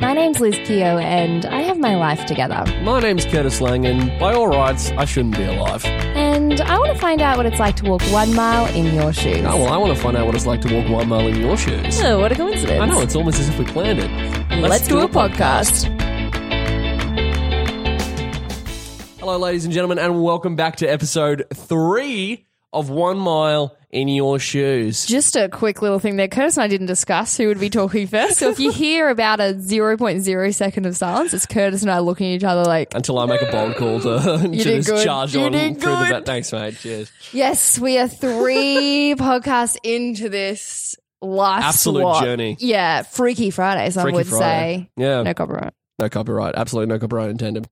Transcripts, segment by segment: My name's Liz Keogh, and I have my life together. My name's Curtis Lang, and by all rights, I shouldn't be alive. And I want to find out what it's like to walk one mile in your shoes. Oh, well, I want to find out what it's like to walk one mile in your shoes. Oh, what a coincidence. I know, it's almost as if we planned it. Let's, do a podcast. Hello, ladies and gentlemen, and welcome back to episode three of One Mile in Your Shoes. Just a quick little thing there. Curtis and I didn't discuss who would be talking first. So if you hear about a 0.0 second of silence, it's Curtis and I looking at each other like, Until I make a bold call to You did just good. charge You on through did the good. bat. Thanks, mate. Cheers. yes, we are three podcasts into this life Absolute swap." journey. Yeah, Freaky Friday, some Freaky would Friday. say. Yeah. No copyright. No copyright. Absolutely no copyright intended.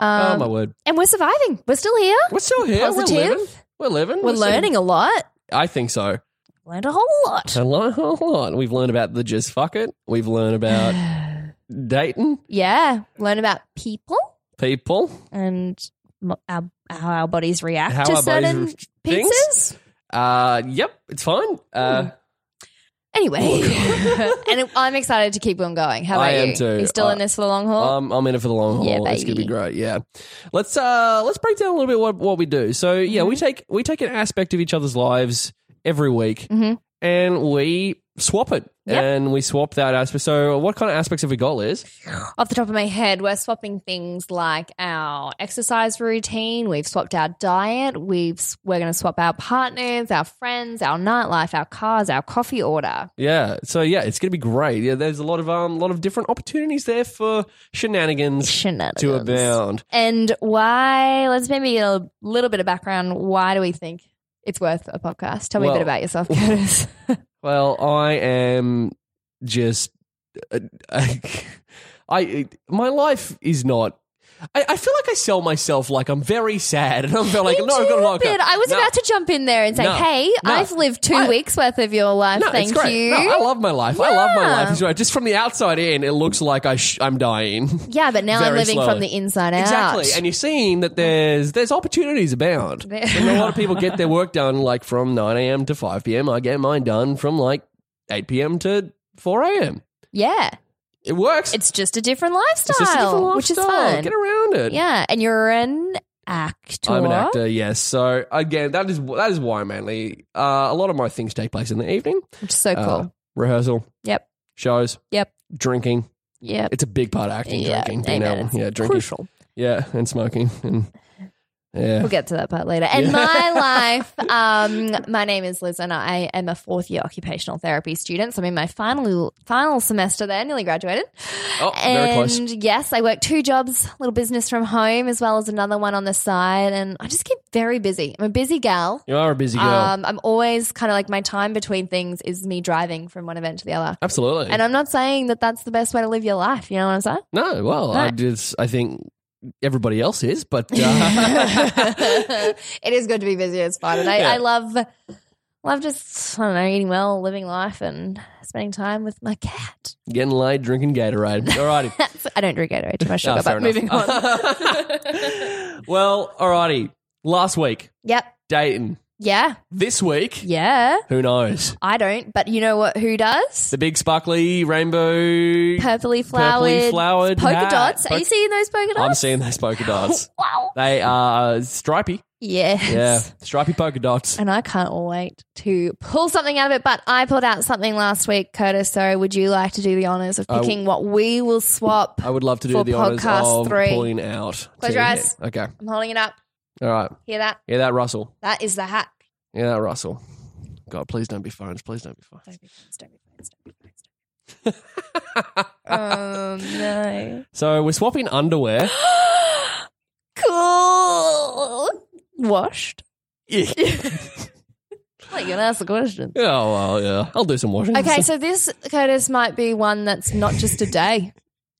oh, Um, my word. and we're surviving. We're still here. We're still here. positive? We're living. We're living. We're still- learning a lot. I think so. Learned a whole lot. A lot, a lot. We've learned about the just fuck it. We've learned about dating yeah, learn about people people, and m- our, how our bodies react How to our bodies certain re- things? pizzas. Uh, yep, it's fine. Uh, Anyway, and it- I'm excited to keep on going. How about I am you? too. You still in I- this for the long haul? I'm, I'm in it for the long haul. Yeah, It's gonna be baby. great. Yeah, let's uh, let's break down a little bit what, what we do. So yeah, Mm-hmm. we take we take an aspect of each other's lives every week, Mhm. and we swap it, Yep. and we swap that aspect. So what kind of aspects have we got, Liz? Off the top of my head, we're swapping things like our exercise routine. We've swapped our diet. We've s- we're going to swap our partners, our friends, our nightlife, our cars, our coffee order. Yeah. So yeah, it's gonna be great. Yeah, there's a lot of um, lot of different opportunities there for shenanigans Shenanigans. to abound. And why? Let's maybe get a little bit of background. Why do we think it's worth a podcast? Tell me a Well- bit about yourself, Curtis. Well, I am just. I, my life is not. I, I feel like I sell myself like I'm very sad, and I'm very like Me no, I've got too, a lot. bit. I was about to jump in there and say, No. "Hey, No. I've lived two I- weeks worth of your life. No, Thank it's great. you." No, I love my life. I love my Yeah. life. It's right. Just from the outside in, it looks like I sh- I'm dying. yeah, but now I'm Very living slowly. from the inside out. Exactly, and you're seeing that there's there's opportunities abound. There- and a lot of people get their work done like from 9 a.m. to 5 p.m. I get mine done from like 8 p.m. to 4 a.m. yeah, It works. it's just a different lifestyle, It's just a different which is lifestyle. fun. Get around it. Yeah, and you're an actor. I'm an actor, yes. So again, that is that is why mainly uh, a lot of my things take place in the evening. which is so Oh, cool. Uh, rehearsal, yep, shows, yep, drinking. yep. It's a big part of acting, Yeah, drinking, being amen. able, It's yeah, drinking, crucial. yeah, and smoking, and yeah. We'll get to that part later. And Yeah. my life, um, my name is Liz, and I am a fourth year occupational therapy student. So I'm in my final final semester there, nearly graduated. Oh, very and close. yes, I work two jobs, little business from home, as well as another one on the side. And I just keep very busy. I'm a busy gal. You are a busy girl, Um, I'm always kind of like my time between things is me driving from one event to the other. absolutely. And I'm not saying that that's the best way to live your life. You know what I'm saying? no, well, I No. just I think everybody else is, but uh, it is good to be busy. It's fun, and I, Yeah. I love, love just I don't know, eating well, living life, and spending time with my cat. getting laid, drinking Gatorade. Alrighty. That's, I don't drink Gatorade too much sugar, Ah, fair but moving enough. on. well, alrighty. Last week, yep. Dayton. Yeah. This week, Yeah. who knows? I don't, but you know what? Who does? The big sparkly rainbow. purpley flowered, flowered polka hat. dots. Are Polka- you seeing those polka dots? I'm seeing those polka dots. Wow. They are stripy. Yes. Yeah, stripy polka dots. And I can't wait to pull something out of it. But I pulled out something last week, Curtis. So would you like to do the honors of I w- picking what we will swap? I would love to do For the honors podcast of three. pulling out. Close to your him. eyes. Okay. I'm holding it up. All right. Hear that? Yeah, that Russell. That is the hat. Yeah, that Russell. God, please don't be phones. Please don't be phones. Don't be friends, don't be friends, don't be friends, don't be friends. oh no. So we're swapping underwear. Cool. Washed. Yeah. Well, you can ask the question. Oh well, yeah. I'll do some washing. Okay, so this Curtis might be one that's not just a day.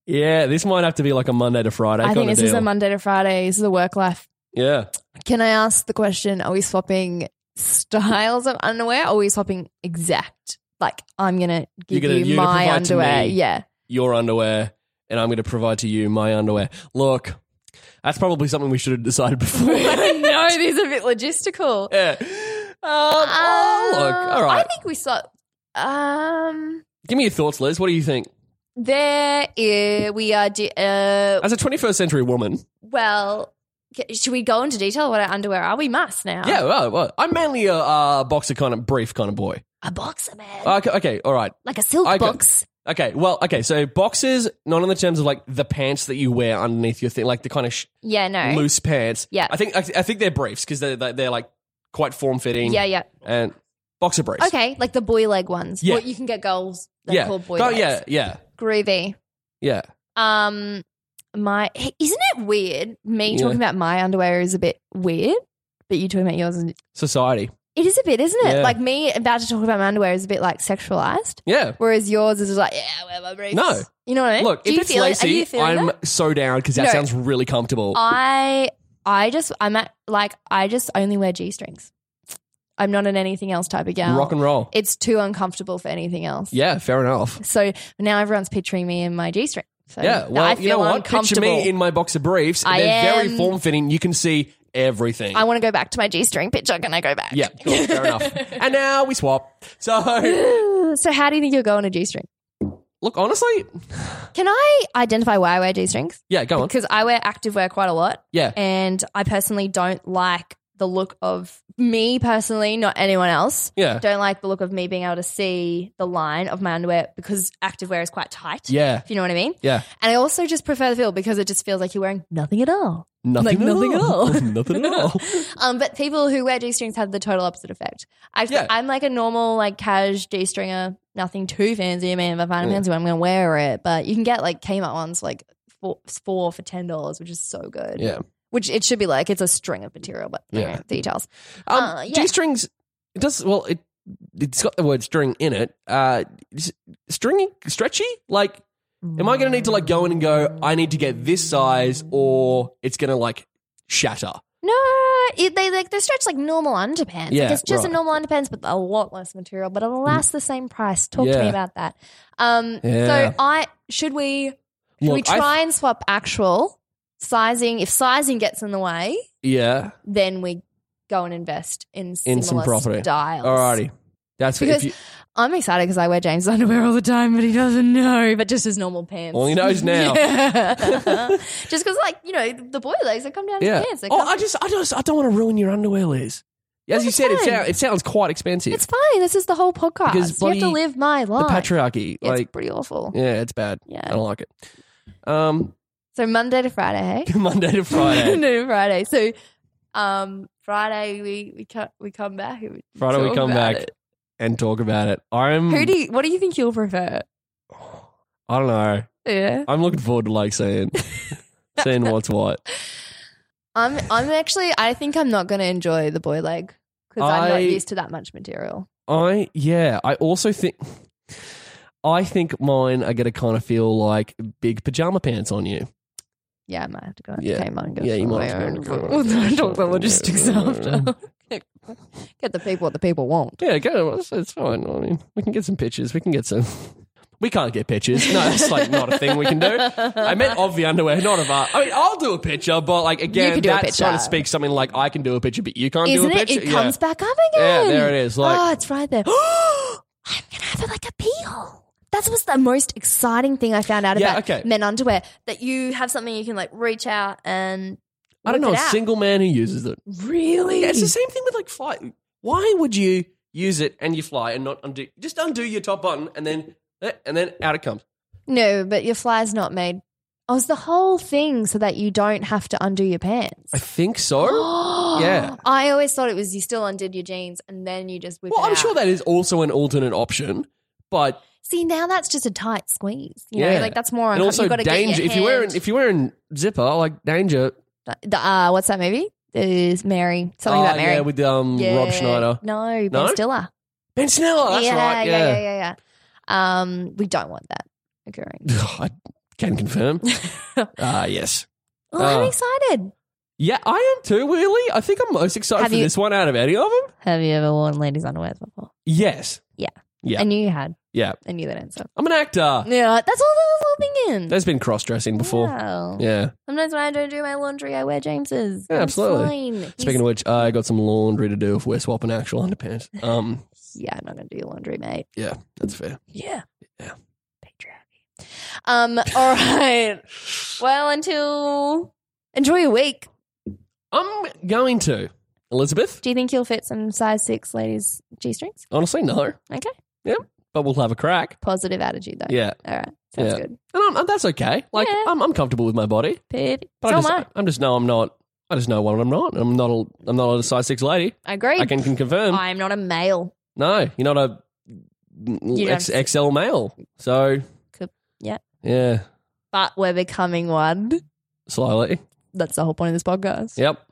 Yeah, this might have to be like a Monday to Friday. I think kinda this is deal. a Monday to Friday. This is a work life. Yeah. Can I ask the question? Are we swapping styles of underwear? Or are we swapping exact? Like I'm gonna You're give gonna- you you're gonna my provide to underwear. me. Yeah. your underwear and I'm going to provide to you my underwear. Look, that's probably something we should have decided before. I know these are a bit logistical. yeah. Um, oh, Uh, look, all right. I think we swap. Um, Give me your thoughts, Liz. What do you think? there i- we are. Di- uh, As a 21st century woman, Uh-huh. well, g- should we go into detail what our underwear are? We must now. yeah, well, well, I'm mainly a uh, boxer kind of brief kind of boy. a boxer man, Okay, okay, all right. like a silk I got- box. Okay, well, okay, so boxers, not in the terms of like the pants that you wear underneath your thing, like the kind of sh- Yeah, no. loose pants. Yeah. I think I, th- I think they're briefs because they're, they're, they're like quite form fitting. Yeah, yeah. And boxer briefs. Okay, like the boy leg ones. Yeah. What you can get goals. They're yeah. called boy Oh, legs. yeah, yeah, Groovy. yeah. Um, my hey, isn't it weird? Me Yeah. talking about my underwear is a bit weird, but you talking about yours. And- Society. it is a bit, isn't it? Yeah. Like me about to talk about my underwear is a bit like sexualized, Yeah. whereas yours is like, yeah, I wear my briefs. No. you know what I mean. Look, Eh? Do if you it's feel it? Are lacy, you feeling I'm that? so down because that No. Oh, sounds really comfortable. I, I just, I'm at like, I just only wear g strings. I'm not an anything else type of gal. Rock and roll. it's too uncomfortable for anything else. yeah, fair enough. So now everyone's picturing me in my g string. So Yeah, well, I feel you know what? Picture uncomfortable. me in my boxer briefs. I They're very am- form fitting. You can see everything. I want to go back to my G string picture. Can I go back? yeah, cool, fair enough. And now we swap. So, so, how do you think you'll go on a G string? look, honestly, Can I identify why I wear G strings? yeah, go on. Because I wear activewear quite a lot. Yeah. And I personally don't like the look of me personally, not anyone else. Yeah, Don't like the look of me being able to see the line of my underwear because activewear is quite tight. yeah, If you know what I mean? yeah. And I also just prefer the feel because it just feels like you're wearing nothing at all. Like, Nothing, nothing at all. nothing at all. Um, but people who wear G strings have the total opposite effect. I Yeah. I'm like a normal, like, cash G stringer, nothing too fancy. I mean, if I find a Yeah. fancy one, I'm going to wear it. But you can get like Kmart ones, like, four, four for $10, which is so good. Yeah. Which it should be like, it's a string of material, but Yeah. yeah. details. Um, Uh, yeah. G-strings, it does, well, it, it's got the word string in it. Uh, s- stringy, stretchy? Like, Am I going to need to like go in and go, I need to get this size or it's going to like shatter? No, it, they like they stretch like normal underpants. Yeah, like it's just right. a Mm. normal underpants, but a lot less material. But it'll last the same price. Talk to Yeah. me about that. Um, Yeah. so I should we should we Look, I th- try and swap actual sizing? If sizing gets in the way, Yeah. then we go and invest in similar In some property. styles. Alrighty. That's if Because you, I'm excited because I wear James' underwear all the time, but he doesn't know. But just his normal pants. Well, he knows now. Yeah. just because, like you know, the boy legs they come down to yeah. his pants. They Oh, come- I just, I just, I don't want to ruin your underwear, Liz. As you said, it, fine. sound, it sounds quite expensive. It's fine. This is the whole podcast. Because you have bloody- to live my the life. patriarchy, Yeah, like, it's pretty awful. yeah, it's bad. I Yeah. don't like it. Um, So Monday to Friday, hey? Monday to Friday. Monday to Friday. So um, Friday we we co- we come back. and we Friday we talk come about back it. and talk about it. I'm, Who do you, what do you think you'll prefer? I don't know. Yeah. I'm looking forward to like seeing, seeing what's what. I'm I'm actually I think I'm not going to enjoy the boy leg cuz I'm I- not used to that much material. I yeah. I also think I think mine are gonna kind of feel like big pajama pants on you. Yeah, I might have to go out Yeah. to Kmart and get Yeah, you some of might my as well. own. We'll talk the logistics after. Get the people what the people want. Yeah, go. It's, it's fine. I mean, we can get some pictures. We can get some. We can't get pictures. No, it's like not a thing we can do. I meant of the underwear, not of our. I mean, I'll do a picture, but like again, can do a that kind picture. of speaks something like I can do a picture, but you can't Isn't do a it? picture. It comes back up yeah. again. yeah, there it is. Like oh, it's right there. I'm gonna have it like a pee hole. That's what's the most exciting thing I found out Yeah, about okay. men underwear. That you have something you can like reach out and I whip don't know a it out. single man who uses it. really. Yeah, it's the same thing with like fly. Why would you use it and you fly and not undo? Just undo your top button and then eh, and then out it comes. no, but your fly's not made. Oh, it's the whole thing so that you don't have to undo your pants. I think so. yeah. I always thought it was you still undid your jeans and then you just whip well, it I'm sure out. that is also an alternate option, but See, now that's just a tight squeeze. You know, Yeah. like that's more and uncomfortable. also You've got to Get danger. your If you're wearing hand- if you're wearing zipper, like danger. the, uh, what's that movie? is Mary. Something Oh, about Mary. Yeah, with um, Rob Yeah. Schneider. No, Ben No? Stiller. Ben Snell, oh, that's yeah, right. yeah, Yeah. yeah, yeah, yeah. Um, we don't want that occurring. I can confirm. Ah, yes. well, I'm Oh. excited. Yeah, I am too, really. I think I'm most excited Have for you- this one out of any of them. Have you ever worn ladies' underwear before? Yes. Yeah. I knew you had. Yeah. I knew that answer. I'm an actor. Yeah, that's all I was thinking. There's been cross dressing before. Wow. Yeah. Sometimes when I don't do my laundry, I wear James's. Yeah, I'm absolutely. Fine. Speaking of which, I got some laundry to do if we're swapping actual underpants. Um, yeah, I'm not gonna do your laundry, mate. yeah, that's fair. Yeah. Yeah. Patriarchy. Um. All right. Well, until enjoy your week. I'm going to. Elizabeth? Do you think you'll fit some size six ladies g strings? Honestly, no. Okay. Yep. But we'll have a crack. Positive attitude though. Yeah. All right. Sounds Yeah. good. And I'm, and that's okay. Like, Yeah. I'm, I'm comfortable with my body. Pete. But so I am just, I. I'm just, no, I'm not. I just know what I'm not. I'm not a, I'm not a size six lady. I agree. I can, can confirm. I am not a male. No, you're not a don't X, XL male. So Could- yeah. yeah, but we're becoming one. slowly. That's the whole point of this podcast. Yep,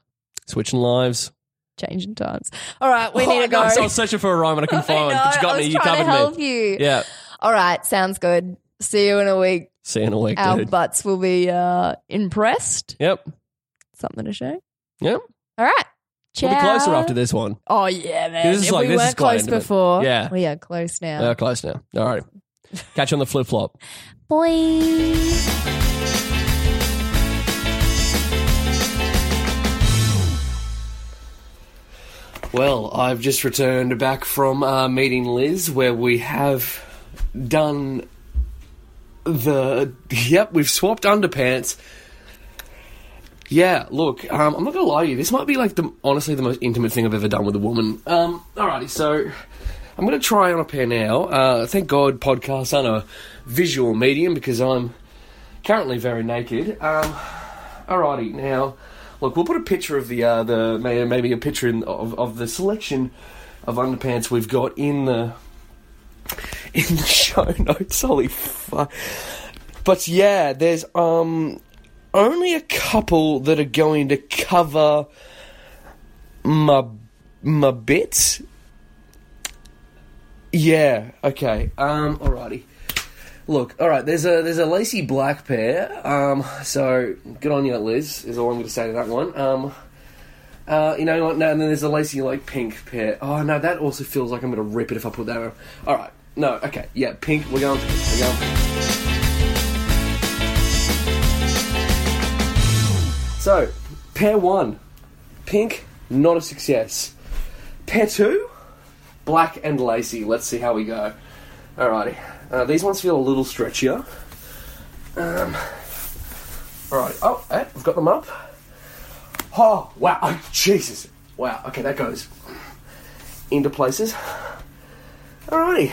switching lives. Changing times. All right, we need Oh, to go. I, was- I was searching for a rhyme and I couldn't find one. I But know, I was you got me. You trying to covered help me. you. Yeah. All right, sounds good. See you in a week. See you in a week, Our dude. butts will be uh, impressed. Yep. Something to show. Yep. All right. Ciao. We'll be closer after this one. Oh yeah, man. This is if like- we this is weren't quite close intimate. before, Yeah. we are close now. We're Uh, close now. All right. Catch you on the flip flop. Boy. Well, I've just returned back from uh, meeting Liz, where we have done the. Yep, we've swapped underpants. Yeah, look, um, I'm not gonna lie to you. This might be like the honestly the most intimate thing I've ever done with a woman. Um, alrighty, so I'm gonna try on a pair now. Uh, thank God podcasts aren't a visual medium because I'm currently very naked. Um, Alrighty, now look, we'll put a picture of the uh, the may- maybe a picture in, of of the selection of underpants we've got in the in the show notes. Holy fuck! But yeah, there's um only a couple that are going to cover my my bits. Yeah. Okay. Um. Alrighty. Look, all right. There's a there's a lacy black pair. Um, so good on you, Liz. Is all I'm going to say to that one. Um, uh, you know what? No, and then there's a lacy like pink pair. Oh no, that also feels like I'm going to rip it if I put that on. All right. No. Okay. Yeah, pink. We're going. We're going. So, pair one, pink, not a success. Pair two, black and lacy. Let's see how we go. Alrighty. Uh, these ones feel a little stretchier. Um, alright. Oh, eh, I've got them up. Oh, wow. Oh, Jesus. Wow. Okay, that goes into places. Alrighty.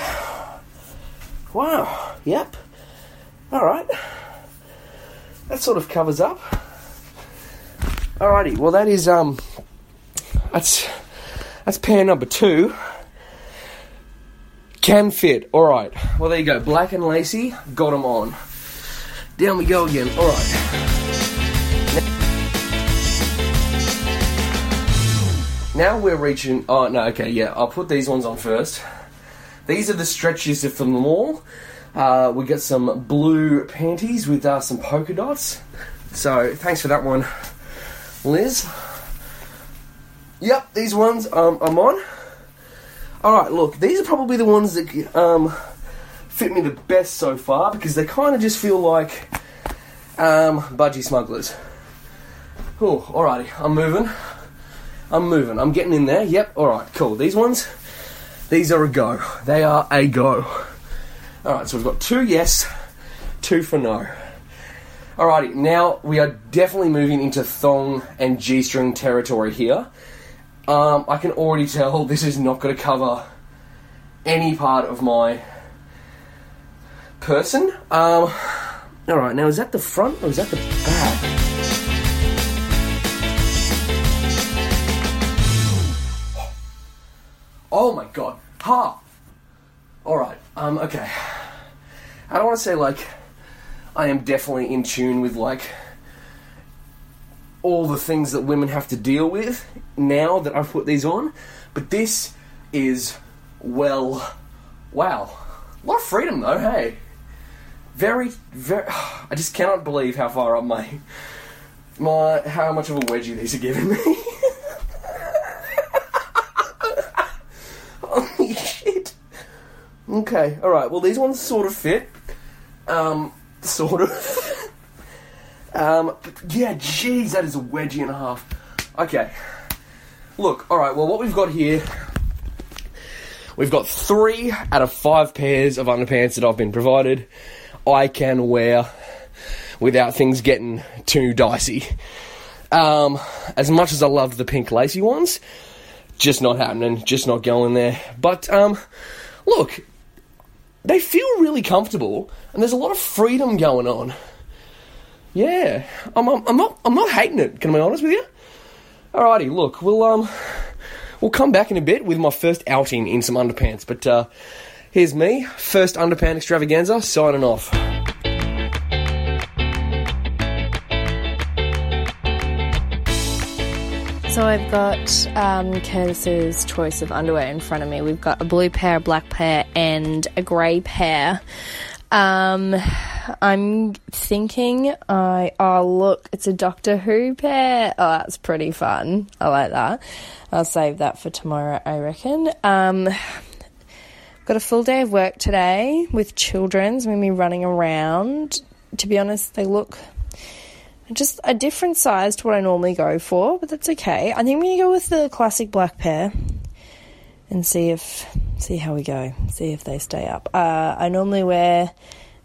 Wow. Yep. Alright. That sort of covers up. Alrighty. Well, that is, um, that's, that's pair number two. Can fit. All right. Well, there you go. Black and lacy. Got them on. Down we go again. All right. Now we're reaching. Oh no. Okay. Yeah. I'll put these ones on first. These are the stretchiest of them all. Uh, we got some blue panties with uh, some polka dots. So thanks for that one, Liz. Yep. These ones um, I'm on. All right, look, these are probably the ones that um, fit me the best so far because they kind of just feel like um, budgie smugglers. Oh, alrighty, I'm moving. I'm moving. I'm getting in there. Yep. All right. Cool. These ones, these are a go. They are a go. All right. So we've got two yes, two for no. Alrighty. Now we are definitely moving into thong and g-string territory here. Um, I can already tell this is not going to cover any part of my person. Um, all right, now is that the front or is that the back? Oh my god, ha! All right, um, okay. I don't want to say like I am definitely in tune with like all the things that women have to deal with now that I've put these on, but this is, well, wow. A lot of freedom though, hey? Very, very. I just cannot believe how far up my. my how much of a wedgie these are giving me. Holy shit. Okay, alright, well, these ones sort of fit. Um, sort of. um, but yeah, geez, that is a wedgie and a half. Okay. Look, alright, well, what we've got here. We've got three out of five pairs of underpants that I've been provided. I can wear without things getting too dicey. Um, as much as I loved the pink lacy ones, just not happening, just not going there. But um, look, they feel really comfortable, and there's a lot of freedom going on. Yeah, I'm, I'm, I'm not I'm not hating it. Can I be honest with you? Alrighty, look, we'll um, we'll come back in a bit with my first outing in some underpants. But uh, here's me, first underpants extravaganza, signing off. So I've got um, Curtis's choice of underwear in front of me. We've got a blue pair, a black pair, and a grey pair. Um, I'm thinking I oh look, it's a Doctor Who pair. Oh, that's pretty fun. I like that. I'll save that for tomorrow, I reckon. Um, got a full day of work today with children. So I'm gonna be running around. To be honest, they look just a different size to what I normally go for, but that's okay. I think I'm gonna go with the classic black pair and see if see how we go. See if they stay up. Uh, I normally wear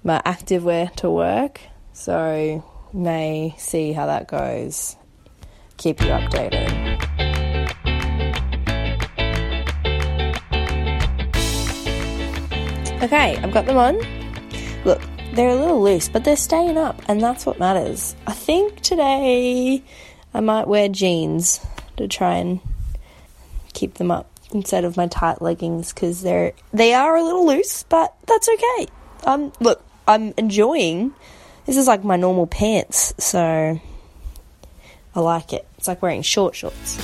my active wear to work, so may see how that goes. Keep you updated. Okay, I've got them on. Look, they're a little loose, but they're staying up, and that's what matters. I think today I might wear jeans to try and keep them up instead of my tight leggings because they're they are a little loose, but that's okay. Um, look, I'm enjoying. This is like my normal pants, so I like it. It's like wearing short shorts.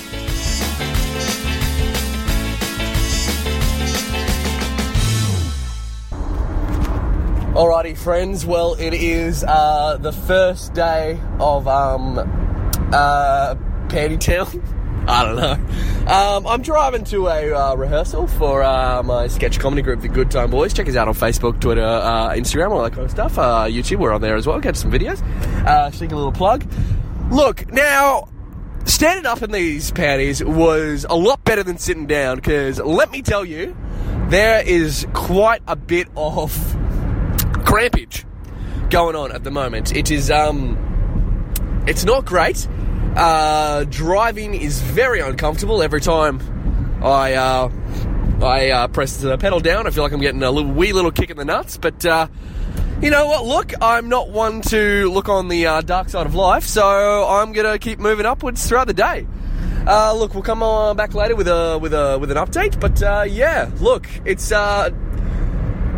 Alrighty, friends. Well, it is uh, the first day of um, uh, Panty Town. I don't know. Um, I'm driving to a uh, rehearsal for uh, my sketch comedy group, The Good Time Boys. Check us out on Facebook, Twitter, uh, Instagram, all that kind of stuff. Uh, YouTube, we're on there as well. Get some videos. Uh, sneak a little plug. Look, now standing up in these panties was a lot better than sitting down because let me tell you, there is quite a bit of crampage going on at the moment. It is um, it's not great. Uh, driving is very uncomfortable every time I uh, I uh, press the pedal down. I feel like I'm getting a little wee little kick in the nuts, but. Uh, you know what? Look, I'm not one to look on the uh, dark side of life, so I'm gonna keep moving upwards throughout the day. Uh, look, we'll come on back later with a with a with an update, but uh, yeah, look, it's uh,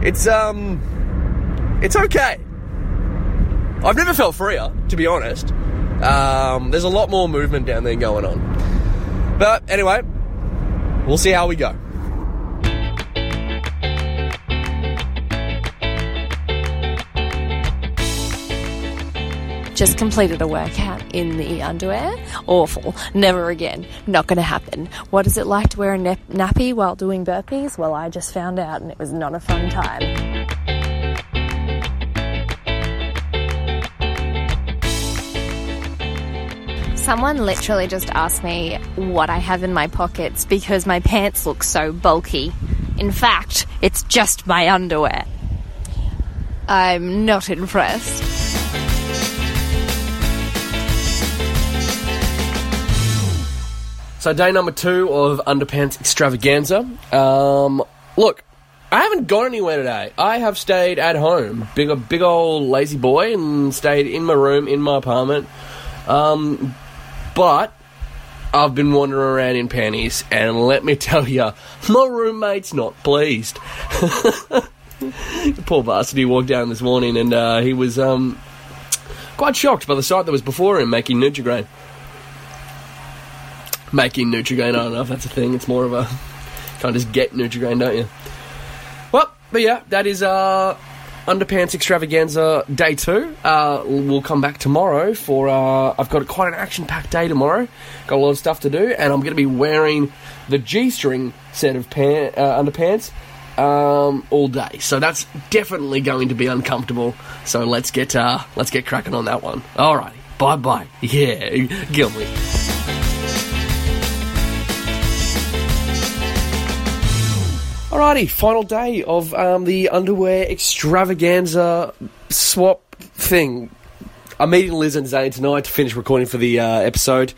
it's um, it's okay. I've never felt freer, to be honest. Um, there's a lot more movement down there going on. But anyway, we'll see how we go. Just completed a workout in the underwear. Awful. Never again. Not going to happen. What is it like to wear a nap- nappy while doing burpees? Well, I just found out and it was not a fun time. Someone literally just asked me what I have in my pockets because my pants look so bulky. In fact, it's just my underwear. I'm not impressed. So day number two of Underpants Extravaganza. Um, look, I haven't gone anywhere today. I have stayed at home, big a big old lazy boy, and stayed in my room in my apartment. Um, but I've been wandering around in panties, and let me tell you, my roommate's not pleased. Poor bastard, he walked down this morning, and uh, he was um, quite shocked by the sight that was before him making nudge making Nutrigrain. I don't know if that's a thing. It's more of a kind of just get Nutrigrain, don't you? Well, but yeah, that is uh, Underpants Extravaganza Day Two. Uh, we'll come back tomorrow for uh, I've got quite an action-packed day tomorrow. Got a lot of stuff to do, and I'm going to be wearing the G-string set of pan- uh, underpants um, all day. So that's definitely going to be uncomfortable. So let's get uh, let's get cracking on that one. Alrighty, bye bye. Yeah, Gilmy. Alrighty, final day of um, the underwear extravaganza swap thing. I'm meeting Liz and Zane tonight to finish recording for the uh, episode.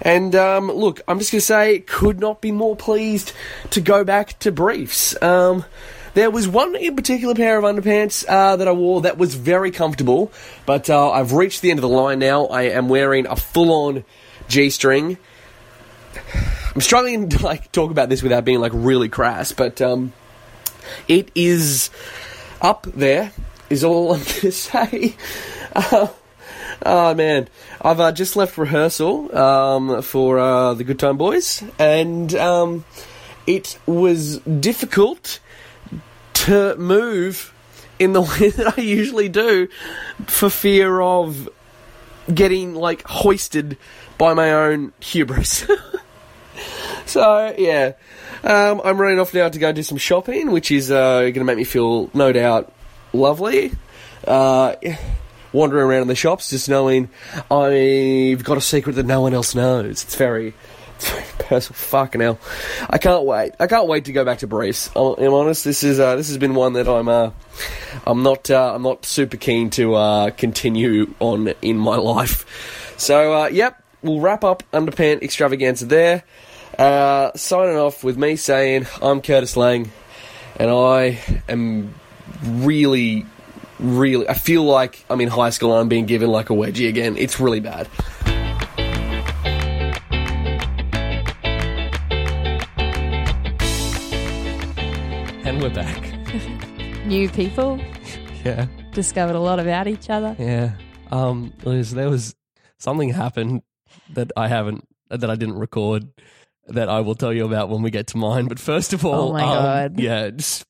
And um, look, I'm just going to say, could not be more pleased to go back to briefs. Um, there was one in particular pair of underpants uh, that I wore that was very comfortable, but uh, I've reached the end of the line now. I am wearing a full on G string. I'm struggling to like talk about this without being like really crass, but um, it is up there. Is all I'm gonna say. Uh, oh man, I've uh, just left rehearsal um, for uh, the Good Time Boys, and um, it was difficult to move in the way that I usually do for fear of getting like hoisted by my own hubris. So yeah, um, I'm running off now to go do some shopping, which is uh, going to make me feel no doubt lovely. Uh, wandering around in the shops, just knowing I've got a secret that no one else knows. It's very, it's very personal. Fucking hell, I can't wait. I can't wait to go back to Brees. I'm, I'm honest. This is uh, this has been one that I'm uh, I'm not uh, I'm not super keen to uh, continue on in my life. So uh, yep, we'll wrap up underpant extravaganza there. Uh, signing off with me saying I'm Curtis Lang, and I am really, really. I feel like I'm in high school and I'm being given like a wedgie again. It's really bad. And we're back. New people Yeah. discovered a lot about each other. Yeah. Um, Liz, there was something happened that I haven't, that I didn't record that I will tell you about when we get to mine. But first of all, Oh my um, God. Yeah. just-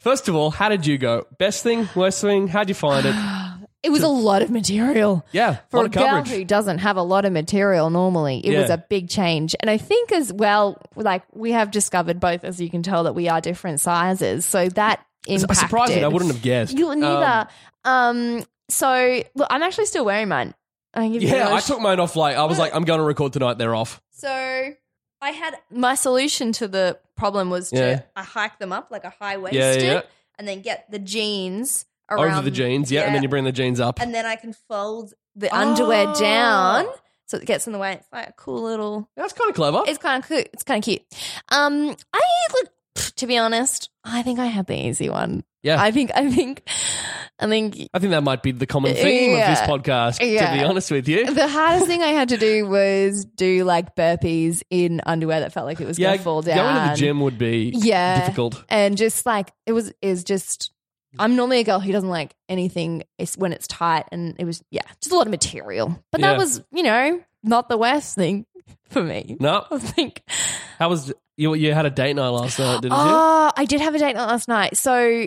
first of all, how did you go? Best thing, worst thing? How'd you find it? It was a lot of material. Yeah. a For lot a of girl coverage. who doesn't have a lot of material normally, it was Yeah. a big change. And I think as well, like we have discovered both, as you can tell, that we are different sizes. So that impacted. Surprising. I wouldn't have guessed. You Um, neither. Um, so look, I'm actually still wearing mine. I can give you yeah, another I sh- took mine off. Like I was like, I'm going to record tonight. They're off. So I had my solution to the problem was to Yeah. I hike them up like a high waisted, Yeah, yeah, yeah. and then get the jeans around Over the jeans, yeah, and then you bring the jeans up. and then I can fold the Oh. underwear down so it gets in the way. It's like a cool little. That's kind of clever. It's kind of cute. It's kind of cute. Um, I look. pff, To be honest, I think I had the easy one. Yeah. I think. I think. I think I think that might be the common theme of Yeah. this podcast. To be Yeah. honest with you, the hardest thing I had to do was do like burpees in underwear that felt like it was yeah, going to fall down. going to the gym would be Yeah. difficult. and just like it was is just I'm normally a girl who doesn't like anything it's when it's tight and it was yeah, just a lot of material. But Yeah. that was, you know, not the worst thing for me. No, I think How was you? You had a date night last night, didn't you? Oh, I did have a date night last night. So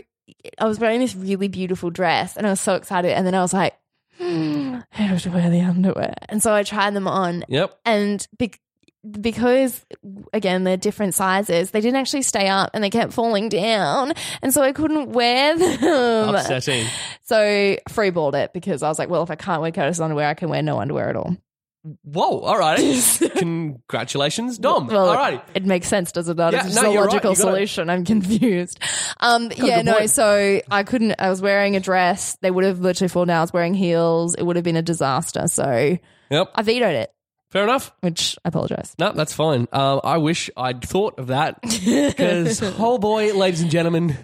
I was wearing this really beautiful dress and I was so excited and then I was like, hmm, I have to wear the underwear. And so I tried them on Yep. and be- because again they're different sizes they didn't actually stay up and they kept falling down and so i couldn't wear them Upsetting. so freeballed it because i was like well if i can't wear curtis underwear i can wear no underwear at all Whoa. All right. Congratulations, Dom. well all right. it makes sense does it not Yeah, it's no, just a you're right. logical You gotta- solution i'm confused um yeah good no point. so i couldn't i was wearing a dress they would have literally fallen down i was wearing heels it would have been a disaster so Yep. i vetoed it Fair enough. which i apologize No, that's fine. Um, I wish I'd thought of that because, oh boy, ladies and gentlemen,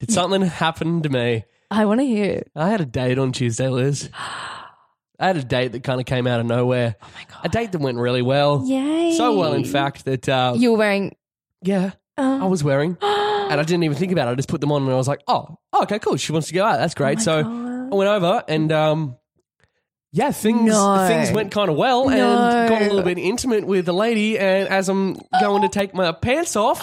did something happen to me? i want to hear it. I had a date on Tuesday, Liz. I had a date that kind of came out of nowhere. Oh my god! A date that went really well. Yay. So well, in fact, that uh, you were wearing yeah, I Um, was wearing, and I didn't even think about it. I just put them on, and I Oh was like, oh, oh, okay, cool. She wants to go out. That's great. so I went over, and um, yeah, things No. things went kind of well, No. and got a little bit intimate with the lady. And as I'm going to take my pants off,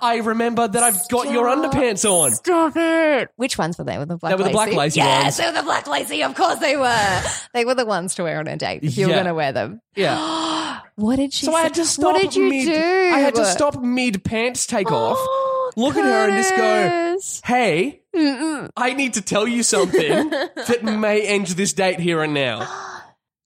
I remember that I've got your Stop. underpants on. Stop it. Which ones were they? Were the black They were the black lacy yes, ones. they were the black lacy. Of course they were. they were the ones to wear on a date if you were Yeah. going to wear them. Yeah. What did she So I say- had to stop. What did you mid, do? Oh, I had to stop mid pants take off. Look at her and just go, Curtis. "Hey, I need to tell you something that may end this date here and now."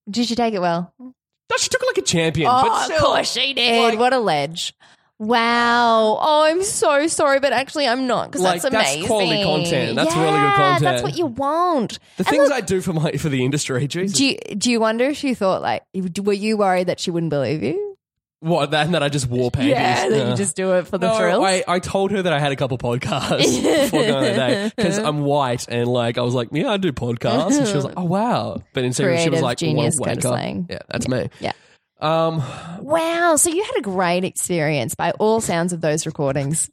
Did you take it well? No, she took it like a champion. but Oh, still, of course she did. Like- what a ledge. Wow. Oh, I'm so sorry, but actually I'm not because Like, that's that's amazing. quality content. That's really good Yeah, That's content. what you want. the things I do for my for the industry, Jesus. Do you, do you wonder if she thought like, were you worried that she wouldn't believe you? what that, that I just wore panties. Yeah, that Yeah. you just do it for the no, thrill. I, I told her that I had a couple podcasts before going on a date because I'm white and like I was like, yeah, I do podcasts, and she was like, oh wow, but instead she Creative was like, genius what a Curtis Lang. wanker. Yeah, that's me. Yeah. Um, Wow. So you had a great experience by all sounds of those recordings.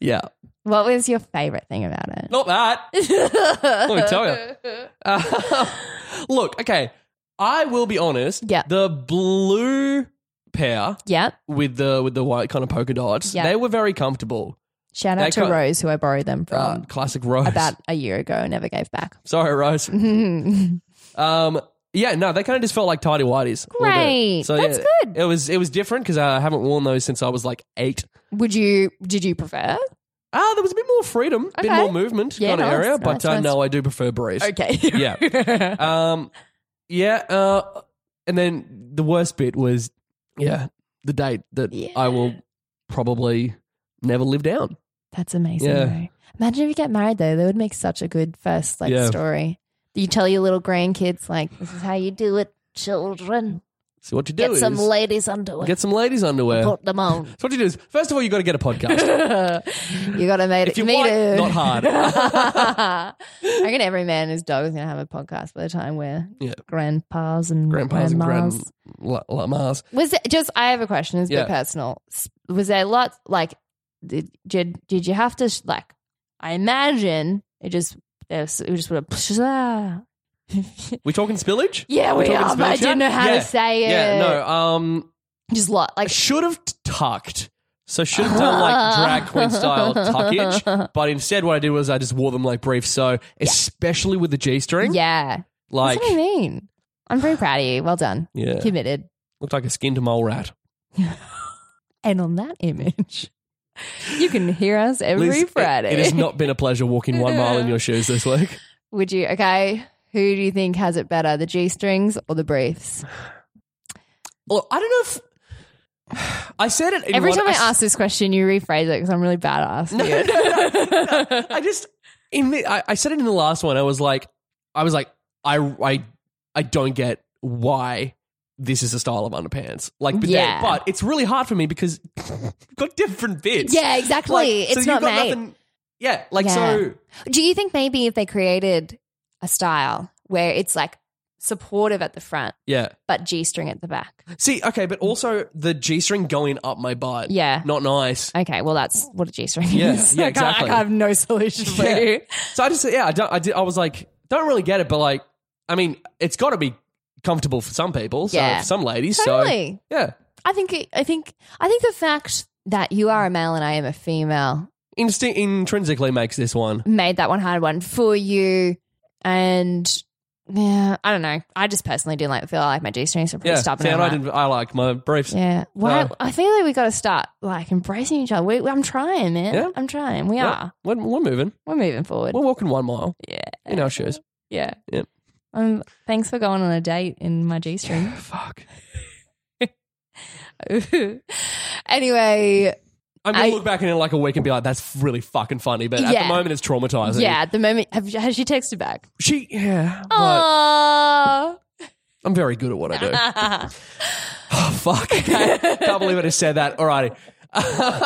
yeah, What was your favorite thing about it? not that. Let me tell you. Uh, look, okay, I will be honest. Yeah. the blue pair Yep. with the with the white kind of polka dots, Yeah. they were very comfortable. Shout out They to got- Rose, who I borrowed them Uh, from classic Rose. about a year ago and never gave back. Sorry, Rose. Um, yeah, no, they kind of just felt like tidy whities. a little bit. Great. That's yeah, good. It was it was different because I haven't worn those since I was like eight. Would you? Did you prefer? Ah, there was a bit more freedom, a bit Okay. more movement Yeah, kind of nice, area, but nice, uh, nice. no, I do prefer briefs. Okay. Yeah. Um, yeah, uh, and then the worst bit was, yeah, the date that Yeah. I will probably never live down. That's amazing. Yeah. though. Imagine if you get married though. That would make such a good first like Yeah. story. You tell your little grandkids like, "This is how you do it, children. So what you do Get is some ladies underwear. get uh, some ladies underwear. So Put them on." what you do is, first of all, you got to get a podcast. you gotta make If it you're me white, too. not hard. I reckon every man and his dog is gonna have a podcast by the time we're Yeah. grandpas and Grandpas and grandmas. grand la, la, mas. Was it just? I have a question. It's a Yeah. bit personal. S- Was there lots like? Did did, did you have to sh- like? I imagine it just it, was, it just would have. We talking spillage? yeah, we talking are, but I spillage didn't here? know how Yeah. to say it. Yeah, no. Um, just lot like should have t- tucked. So should have done like drag queen style tuckage, but instead what I did was I just wore them like briefs. So especially with the g string, yeah. like That's what I mean. I'm very proud of you. Well done. yeah, Committed. looked like a skinned mole rat. And on that image, you can hear us every Liz, it- Friday. it, has not been a pleasure walking one mile in your shoes this week. Would you? Okay. Who do you think has it better, the G strings or the briefs? Well, I don't know if I said it in Every one- time I s- ask this question, you rephrase it because I'm really bad at asking. No, it. I just in the I, I said it in the last one. I was like, I was like, I I I don't get why this is a style of underpants. Like, but, Yeah. then, but it's really hard for me because you've got different bits. yeah, exactly. Like, so it's you've not got made. nothing- Yeah, like Yeah. so. Do you think maybe if they created a style where it's like supportive at the front Yeah. but G string at the back? See, okay, but also the g string going up my butt. Yeah. Not nice. Okay, well that's what a G string Yeah, is. yeah, I, can't, exactly. I have no solution for Yeah. you. So I just yeah, I don't, I did I was like don't really get it, but like I mean it's got to be comfortable for some people. So Yeah. for some ladies. Totally. So yeah. I think it, I think I think the fact that you are a male and I am a female Insti- intrinsically makes this one. made that one hard one for you. And yeah, I don't know. I just personally didn't like feel like my G strings are pretty Yeah, stubborn. See, on and I, that. didn't, I like my briefs. Yeah. Why? No. I feel like we got to start like embracing each other. We, I'm trying, man. Yeah. I'm trying. We Yeah, are. We're, we're moving. We're moving forward. We're walking one mile yeah. in our shoes. Yeah. Yep. Um. Thanks for going on a date in my g string. Fuck. anyway, I'm gonna I- look back in like a week and be like, "That's really fucking funny," but at Yeah. the moment, it's traumatizing. yeah. At the moment, have, has she texted back? She. Yeah. But Oh. I'm very good at what I do. oh, fuck. Can't believe I just said that. Alrighty. oh,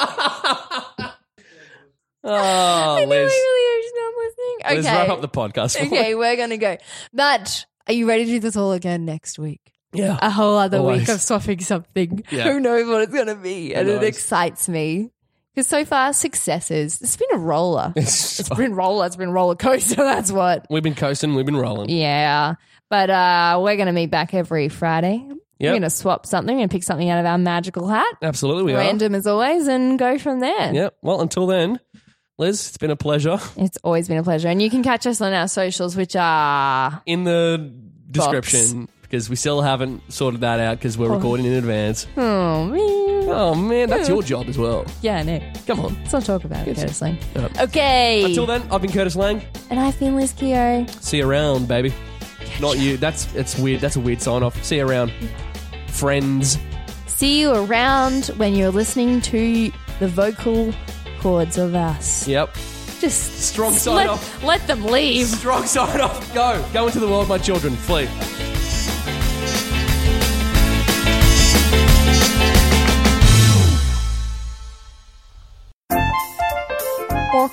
I Liz. really hope she's not listening. Okay. Liz, wrap up the podcast. okay, we're gonna go. But are you ready to do this all again next week? Yeah. a whole other Always. week of swapping something. Yeah. Who knows what it's going to be? And it knows? excites me Because so far, successes. It's been a roller. It's- It's been roller. It's been roller coaster. That's what. we've been coasting, we've been rolling. Yeah. But uh, we're going to meet back every Friday. Yep. We're going to swap something and pick something out of our magical hat. Absolutely, we Random as always and go from there. are. Yeah. Well, until then, Liz, it's been a pleasure. It's always been a pleasure. And you can catch us on our socials, which are. In the description, because we still haven't sorted that out because we're recording in advance. Oh, man. Oh man, that's your job as well. Yeah, no. Come on. Let's not talk about it, Curtis Lane. Yep. Okay. Until then, I've been Curtis Lang. and I've been Liz Keogh. See you around, baby. Not you. That's it's weird. That's a weird sign off. See you around, friends. See you around when you're listening to the vocal chords of us. Yep. Just Strong s- sign let, off. Let them leave. Strong sign off. Go. Go into the world, my children. Flee. Bork,